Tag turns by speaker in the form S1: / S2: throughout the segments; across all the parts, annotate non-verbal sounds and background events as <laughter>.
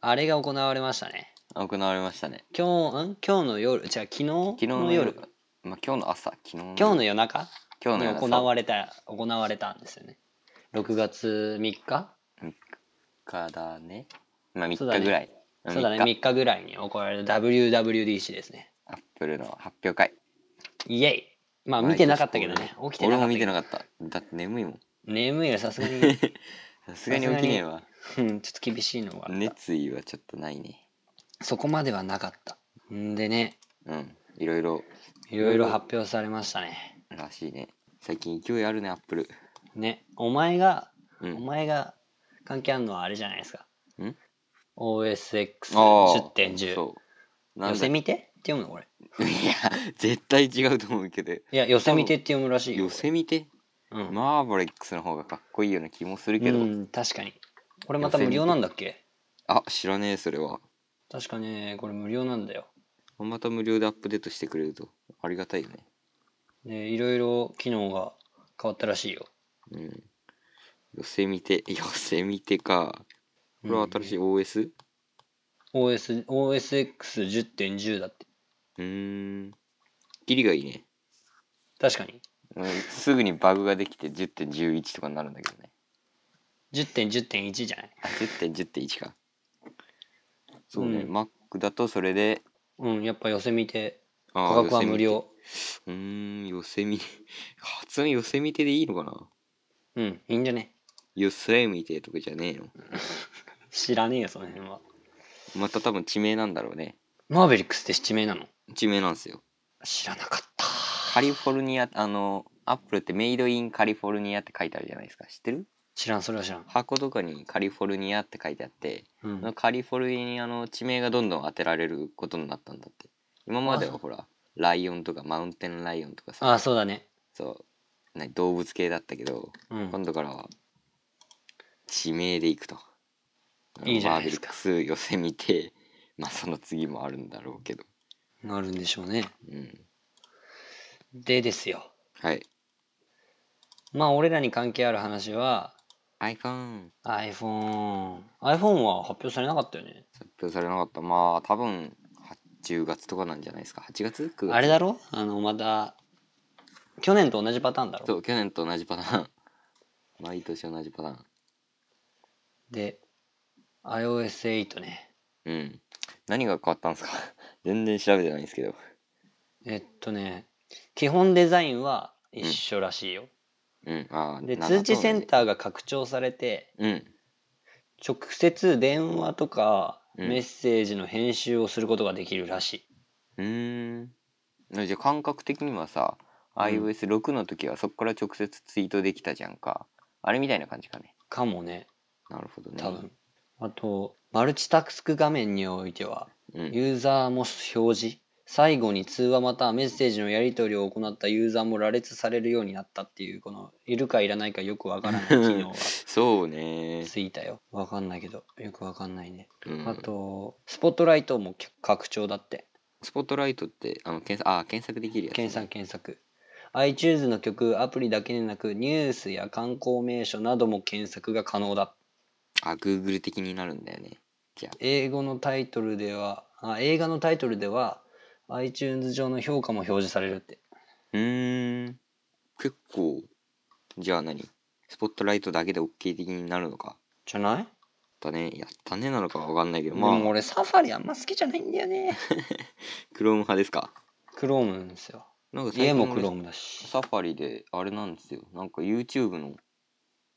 S1: あれが行われましたね
S2: 行われましたね
S1: 今日ん今日の夜じゃあ昨日
S2: 昨日
S1: の
S2: の
S1: 夜
S2: 夜まあ今日の朝昨日の
S1: 今日の夜中
S2: 今
S1: に
S2: 日の夜
S1: 行われた行われたんですよね6月3日
S2: 朝だねまあ
S1: そうだ
S2: 3
S1: ね
S2: 日ぐらい3日
S1: そうだね3日ぐらいに行われる WWDC ですね
S2: アップルの発表会
S1: イエイまあ
S2: まあ
S1: 見てなかったけどね起きてなか
S2: 俺も
S1: った
S2: 見
S1: け
S2: て
S1: ど
S2: なかっただって眠いもん
S1: 眠いよさす
S2: <laughs>
S1: がに
S2: さすがに起きねえわ
S1: うんちょっと厳しいのが、
S2: 熱意はちょっとないね
S1: そこまではなかったんでね
S2: うんいろいろ
S1: いろいろ発表されましたね
S2: らしいね最近勢いあるねアップル
S1: ねお前が、
S2: う
S1: お
S2: ん
S1: 前が関係あるのはあれじゃないですか
S2: ん
S1: OSX10.10
S2: そうな
S1: 寄
S2: んだ
S1: せ
S2: <laughs> い
S1: 見てって読むのこれ
S2: や絶対違うと思うけど
S1: いや寄せ見てって読むらしいよ
S2: 寄せ見て
S1: これうん、
S2: マーボレックスの方がかっこいいような気もするけど、
S1: うん確かにこれまた無料なんだっけ
S2: あ知らねえそれは
S1: 確かねこれ無料なんだよ
S2: また無料でアップデートしてくれるとありがたいよね
S1: でいろいろ機能が変わったらしいよ
S2: うん寄せ見て <laughs> 寄せ見てかこれは新しい
S1: い、
S2: OS?
S1: OS OSX10.10 だって
S2: うーんギリがいいね、
S1: 確かに
S2: うん、すぐにバグができて10.11とかになるんだけどね
S1: 10.10.1じゃない
S2: あ10.10.1かそうね、
S1: うん
S2: Mac だとそれで
S1: うんやっぱ寄せ見て
S2: あ
S1: 価
S2: ー
S1: 格は無料
S2: うーん、ヨセ <laughs> ミ、発音ヨセミテでいいのかな
S1: うんいいんじゃね
S2: ヨセミテとかじゃねえの
S1: 知らねえよその辺は
S2: また多分地名なんだろうね。
S1: マーベリックスって地名なの
S2: 地名なんですよ。
S1: 知らなかった
S2: カリフォルニア、あの、アップルってメイドインカリフォルニアって書いてあるじゃないですか。知ってる
S1: 知らんそれは知らん、
S2: 箱とかにカリフォルニアって書いてあって、
S1: う
S2: その
S1: ん、
S2: カリフォルニアの地名がどんどん当てられることになったんだって。今まではほら、ライオンとかマウンテンライオンとかさ、
S1: あそうだね
S2: そう、何動物系だったけど、
S1: うん
S2: 今度からは地名でいくと。
S1: いいじゃないです
S2: マーベリックス寄せ見て、まあその次もあるんだろうけど。
S1: なるんでしょうね
S2: うん。
S1: でですよ
S2: はい。
S1: まあ俺らに関係ある話は
S2: iPhone、
S1: iPhone iPhone は発表されなかったよね
S2: 発表されなかった。まあ多分、10月とかなんじゃないですか。8月 ?9 月
S1: あれだろあのまた去年と同じパターンだろ
S2: そう、去年と同じパターン。 <laughs> 毎年同じパターン。
S1: で iOS8 ね
S2: うん。何が変わったんですか <laughs> 全然調べてないんですけど。
S1: えっとね基本デザインは一緒らしいよ、
S2: うん。ああ、
S1: で
S2: な
S1: 通知セン
S2: ー。
S1: ターが拡張されて
S2: うん。
S1: 直接電話とか
S2: うん
S1: メッセージの編集をすることができるらしい、
S2: うーんじゃあ感覚的にはさ
S1: うん
S2: iOS6 の時はそこから直接ツイートできたじゃんかあれみたいな感じかね
S1: かもね
S2: なるほどね
S1: 多分、あとマルチタスク画面においては
S2: うん、
S1: ユーザーも表示最後に通話またはメッセージのやり取りを行ったユーザーも羅列されるようになったっていうこのいるかいらないかよくわ
S2: <laughs>
S1: からない機能が
S2: そうね、
S1: ついたよわかんないけどよくわかんないね、
S2: うん、
S1: あとスポットライトも拡張だって
S2: スポットライトってあの検索あ検索できるやつ、
S1: 検索検索 iTunes の曲アプリだけでなくニュースや観光名所なども検索が可能だ
S2: あ Google 的になるんだよね
S1: 英語のタイトルではあ映画のタイトルでは iTunes 上の評価も表示されるって
S2: うーん結構じゃあ何スポットライトだけで OK 的になるのか
S1: じゃない、
S2: だねやったねなのかわかんないけど
S1: まあ、
S2: ま
S1: でも
S2: あ
S1: 俺サファリあんま好きじゃないんだよね
S2: クローム派ですか
S1: クロームなんですよ
S2: なんか最
S1: 家
S2: 近
S1: も
S2: 俺
S1: クロームだし
S2: サファリであれなんですよなんか YouTube の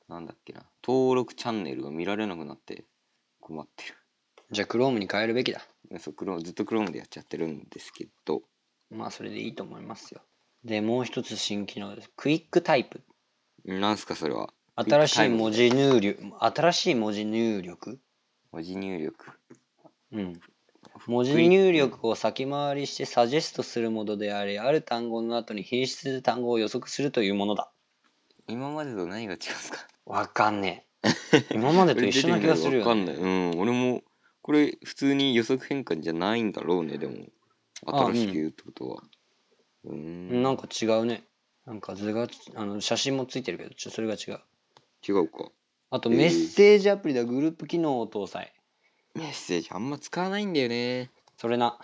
S2: なんだっけな登録チャンネルが見られなくなって困って
S1: じゃあクロームに変えるべきだ
S2: るそうクロずっと Chrome でやっちゃってるんですけど
S1: まあそれでいいと思いますよでもう一つ新機能ですクイックタイプ
S2: なんすかそれは
S1: 新しい文字入力新しい文字入力
S2: 文字入力
S1: うん文字入力を先回りしてサジェストするものでありある単語の後に品質する単語を予測するというものだ
S2: 今までと何が違うんですか
S1: わかんね
S2: <laughs>
S1: え今までと一緒な気がする
S2: わか
S1: よ、ね、
S2: んないうん俺もこれ普通に予測変換じゃないんだろうねでも
S1: あ
S2: 新しく言うってことはうーん
S1: なんか違うねなんか図があの写真もついてるけどちょそれが違う
S2: 違うか
S1: あと
S2: えー
S1: メッセージアプリではグループ機能を搭載
S2: メッセージあんま使わないんだよね。
S1: それな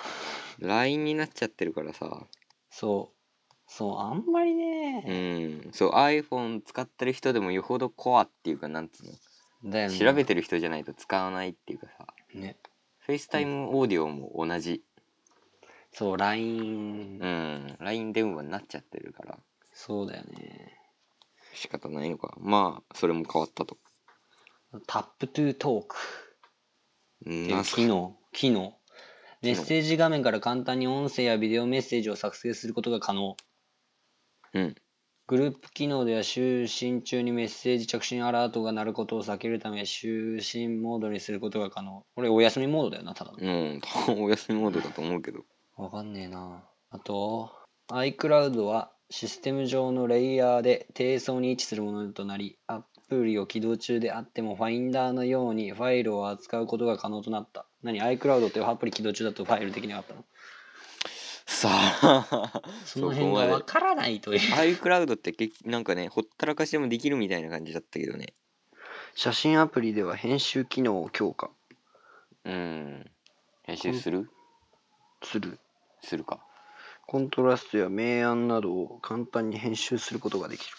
S2: LINE になっちゃってるからさ。
S1: そうそうあんまり
S2: う
S1: ね、
S2: ん。そう、iPhone 使ってる人でもよほどコアっていうか、なんつう
S1: だよ
S2: の。
S1: ね
S2: 調べてる人じゃないと使わないっていうかさ。
S1: ね
S2: FaceTime オーディオも同じ。
S1: そう LINE、
S2: うん。LINE 電話になっちゃってるから。
S1: そうだよね
S2: 仕方ないのか。まあ、それも変わったと。
S1: タップトゥートーク
S2: う
S1: っ
S2: ん
S1: ていう機能機能メッセージ画面から簡単に音声やビデオメッセージを作成することが可能
S2: うん。
S1: グループ機能では就寝中にメッセージ着信アラートが鳴ることを避けるため就寝モードにすることが可能これお休みモードだよなただの
S2: うん、多分お休みモードだと思うけど。
S1: わかんねえなあと iCloud はシステム上のレイヤーで低層に位置するものとなりアプリを起動中であっても Finder のようにファイルを扱うことが可能となった何 iCloud ってアプリ起動中だとファイルできなかったの
S2: さ <laughs> あ、
S1: その辺がわからないという
S2: iCloud って結局なんかね、ほったらかしでもできるみたいな感じだったけどね。
S1: 写真アプリでは編集機能を強化
S2: うん。編集する
S1: する
S2: するか。
S1: コントラストや明暗などを簡単に編集することができる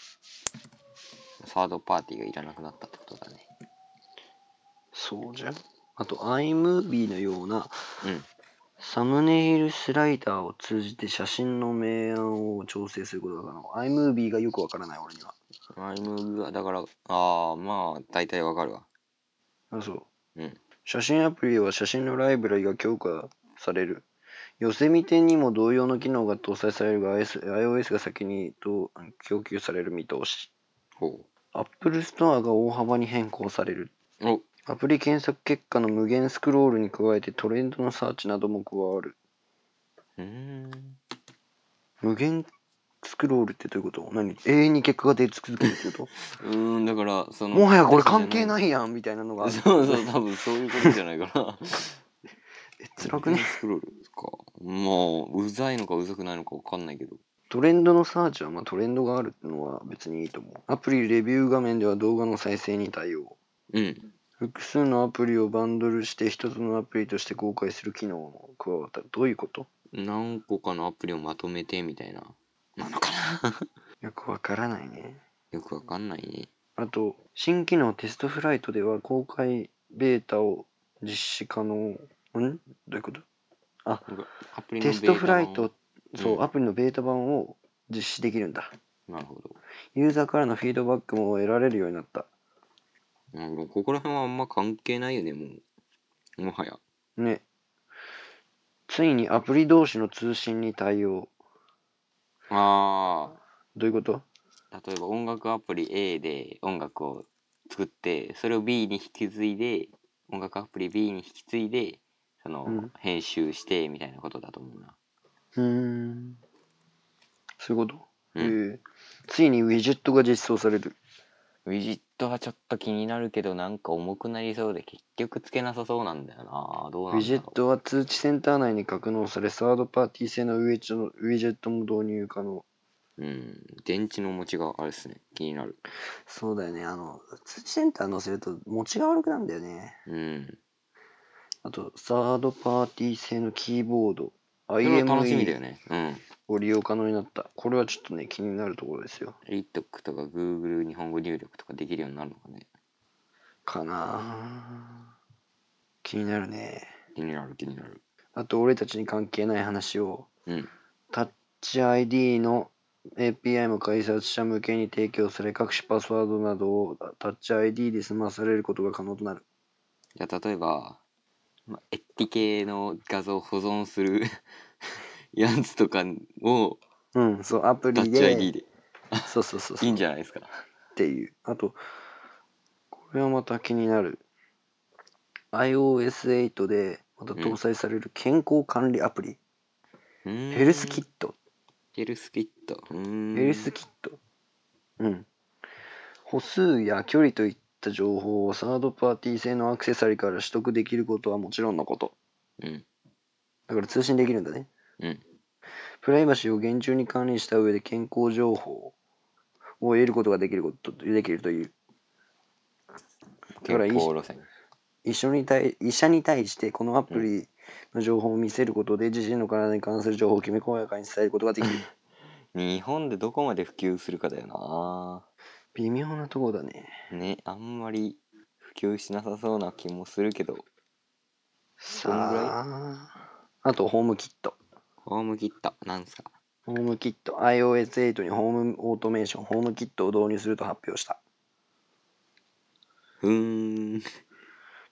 S2: サードパーティーがいらなくなったってことだね。
S1: そうじゃんあと iMovie のような
S2: うん。
S1: サムネイルスライダーを通じて写真の明暗を調整することが可能 iMovie がよくわからない俺には
S2: iMovie はだから、ああ、まあ、大体わかるわ。
S1: あそう
S2: うん。
S1: 写真アプリでは写真のライブラリが強化される寄せ見てにも同様の機能が搭載されるが iOS iOS が先にと供給される見通し
S2: ほ
S1: Apple Store が大幅に変更される
S2: う。お
S1: アプリ検索結果の無限スクロールに加えてトレンドのサーチなども加わる
S2: うーん。
S1: 無限スクロールってどういうこと何永遠に結果が出続けるってこと
S2: うーん、だから、その。。
S1: もはやこれ関係ないいやんみたいなのがある
S2: <laughs> そうそう、多分そういうことじゃないかな。
S1: え <laughs> 辛くね
S2: スクロールか。まあ、うざいのかうざくないのかわかんないけど。
S1: トレンドのサーチはまあトレンドがあるのは別にいいと思うアプリレビュー画面では動画の再生に対応
S2: うん。
S1: 複数のアプリをバンドルして一つのアプリとして公開する機能も加わったどういうこと
S2: 何個かのアプリをまとめてみたいな。なのかな
S1: よくわからないね
S2: よくわかんないね。
S1: あと新機能テストフライトでは公開ベータを実施可能んどういうこと
S2: なんかアプリの
S1: テストフライトそう、
S2: うん
S1: アプリのベータ版を実施できるんだ
S2: ベータ版なるほど。
S1: ユーザーからのフィードバックも得られるようになった
S2: うん、でもここら辺はあんま関係ないよね、もう。もはや。
S1: ね。ついにアプリ同士の通信に対応。
S2: あ
S1: どういうこと
S2: あ、例えば音楽アプリ A で音楽を作って、それを B に引き継いで、音楽アプリ B に引き継いで、その、
S1: うん
S2: 編集してみたいなことだと思うな。
S1: うーん。そういうこと、
S2: うん
S1: ええついにウィジェットが実装される。
S2: ウィジットはちょっと気になるけどなんか重くなりそうで結局つけなさそうなんだよなどう
S1: ウ
S2: なんだろ
S1: ィ
S2: う
S1: ジェットは通知センター内に格納され、サードパーティー製のウィジェットウィジェットも導入可能。
S2: うん電池の持ちがあれですね気になる
S1: そうだよね。あの、通知センター載せると持ちが悪くなるんだよね。
S2: うん
S1: あと、サードパーティー製のキーボード。
S2: それは楽しみだ
S1: IME
S2: よねうん
S1: を利用可能になった。これはちょっとね、気になるところですよ。
S2: TikTok とか Google 日本語入力とかできるようになるのかね
S1: かなぁ気になるね
S2: 気になる気になる
S1: あと俺たちに関係ない話を
S2: うん
S1: タッチ ID の API も開発者向けに提供され各種パスワードなどをタッチ ID で済まされることが可能となる
S2: じゃあ例えば、ま、エッティ系の画像を保存する <laughs> やつとかを
S1: うんそうアプ
S2: タ
S1: リ
S2: ッ
S1: で
S2: チ ID で
S1: そうそうそう
S2: い
S1: そう
S2: いん
S1: っ
S2: じゃないですか
S1: ていうあとこれはまた気になる iOS8 でまた搭載される健康管理アプリ、ヘ
S2: ヘ
S1: ルスキット
S2: ヘルスキットうーん
S1: ヘルスキット。うん。歩数や距離といった情報をサードパーティー製のアクセサリーから取得できることはもちろんのこと。
S2: うん
S1: だから通信できるんだね。
S2: うん
S1: プライバシーを厳重に管理した上で健康情報を得ることができることできるという。だからいい
S2: 健康路線
S1: 医者に対医者に対してこのアプリの情報を見せることで自身の体に関する情報をきめ細やかに伝えることができる
S2: 日本でどこまで普及するかだよな
S1: 微妙なとこだね
S2: ねあんまり普及しなさそうな気もするけど
S1: さああとホームキット
S2: ホームキットなんすか
S1: ホームキット iOS8 にホームオートメーションホームキットを導入すると発表した
S2: ふーん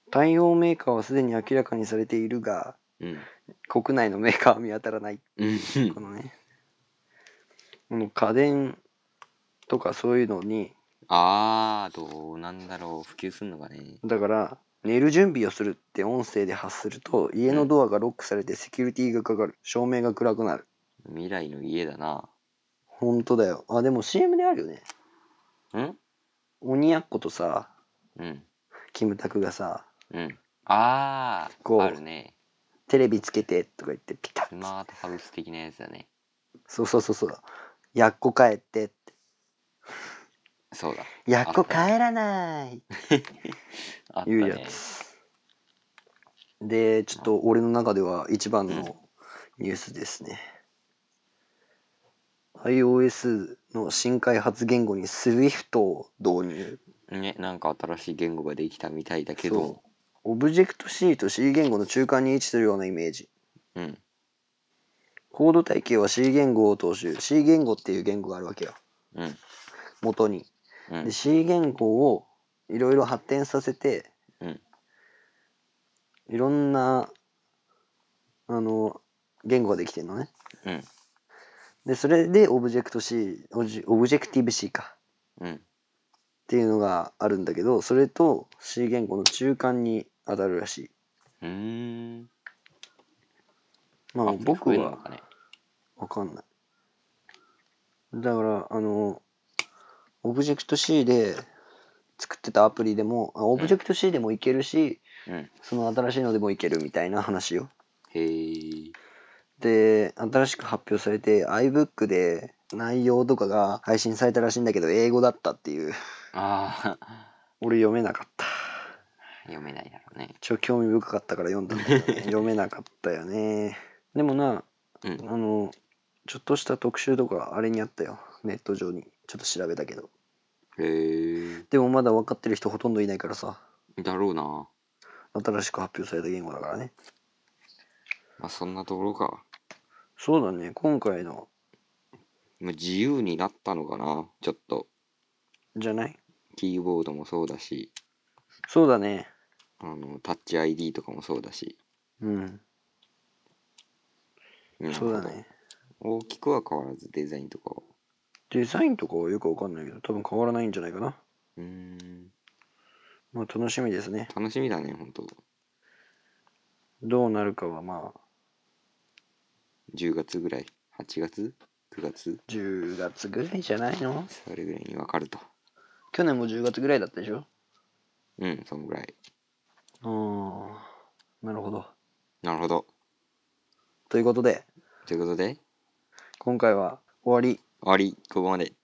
S1: 対応メーカーはすでに明らかにされているが
S2: うん
S1: 国内のメーカーは見当たらない
S2: うん
S1: このねこの家電とかそういうのに
S2: あーどうなんだろう普及すんのかね
S1: だから寝る準備をするって音声で発すると家のドアがロックされてセキュリティがかかる照明が暗くなる
S2: 未来の家だな
S1: 本当だよあでも CM であるよね
S2: うん
S1: 鬼奴とさ
S2: うん
S1: キムタクがさ
S2: うんあ
S1: こう
S2: ーあるね
S1: テレビつけてとか言ってピタ
S2: ス
S1: ッ
S2: マートハウス的なやつだね
S1: そうそうそうそうやっこ帰ってって
S2: そうだ
S1: やっこ帰らない
S2: あった
S1: いうや
S2: ね
S1: つ、でちょっと俺の中では一番のニュースですね、iOS の新開発言語に SWIFT を導入
S2: ねなんか新しい言語ができたみたいだけど
S1: オブジェクト C と C 言語の中間に位置するようなイメージ
S2: うん
S1: コード体系は C 言語を踏襲 C 言語っていう言語があるわけよ
S2: うん
S1: 元に
S2: うん
S1: で C 言語をいろいろ発展させて、
S2: うん
S1: いろんなあの言語ができてるのね
S2: うん
S1: でそれでオブジェクト C オブジオブジェクティブ C か
S2: うん
S1: っていうのがあるんだけどそれと C 言語の中間に当たるらし
S2: うーん
S1: いまあ
S2: アプリ
S1: 僕
S2: 増えるの
S1: は
S2: かね
S1: わかんないだからあのオブジェクト C で作ってたアプリでもあオブジェクト C でもいけるし、
S2: うん
S1: その新しいのでもいけるみたいな話よ
S2: へえ
S1: で新しく発表されて iBook で内容とかが配信されたらしいんだけど英語だったっていう
S2: あ
S1: 俺読めなかった
S2: あ <laughs> 読めないだろうね
S1: ちょ興味深かったから読んだんだけどね読めなかったよねでもな
S2: うん
S1: あのちょっとした特集とかあれにあったよネット上にちょっと調べたけど
S2: へ
S1: でもまだ分かってる人ほとんどいないからさ
S2: えだろうなま
S1: 新しく発表された言語だからね
S2: あそんなところか
S1: そうだね今回の
S2: まあ自由になったのかなちょっと
S1: じゃない
S2: キーボードもそうだし
S1: そうだね
S2: あのタッチ ID とかもそうだし
S1: うん
S2: うん
S1: そうだね
S2: 大きくは変わらずデザインとかは
S1: デザインとかはよくわかんないけど多分変わらないんじゃないかな
S2: うーん
S1: まあ楽しみですね
S2: 楽しみだね本当
S1: どうなるかはまあ
S2: 10月ぐらい8月9月
S1: 10月ぐらいじゃないの
S2: それぐらいに分かると
S1: 去年も10月ぐらいだったでしょ
S2: うんそんぐらい
S1: ああなるほど
S2: なるほど
S1: ということで
S2: ということで
S1: 今回は終わり
S2: 終わりここまで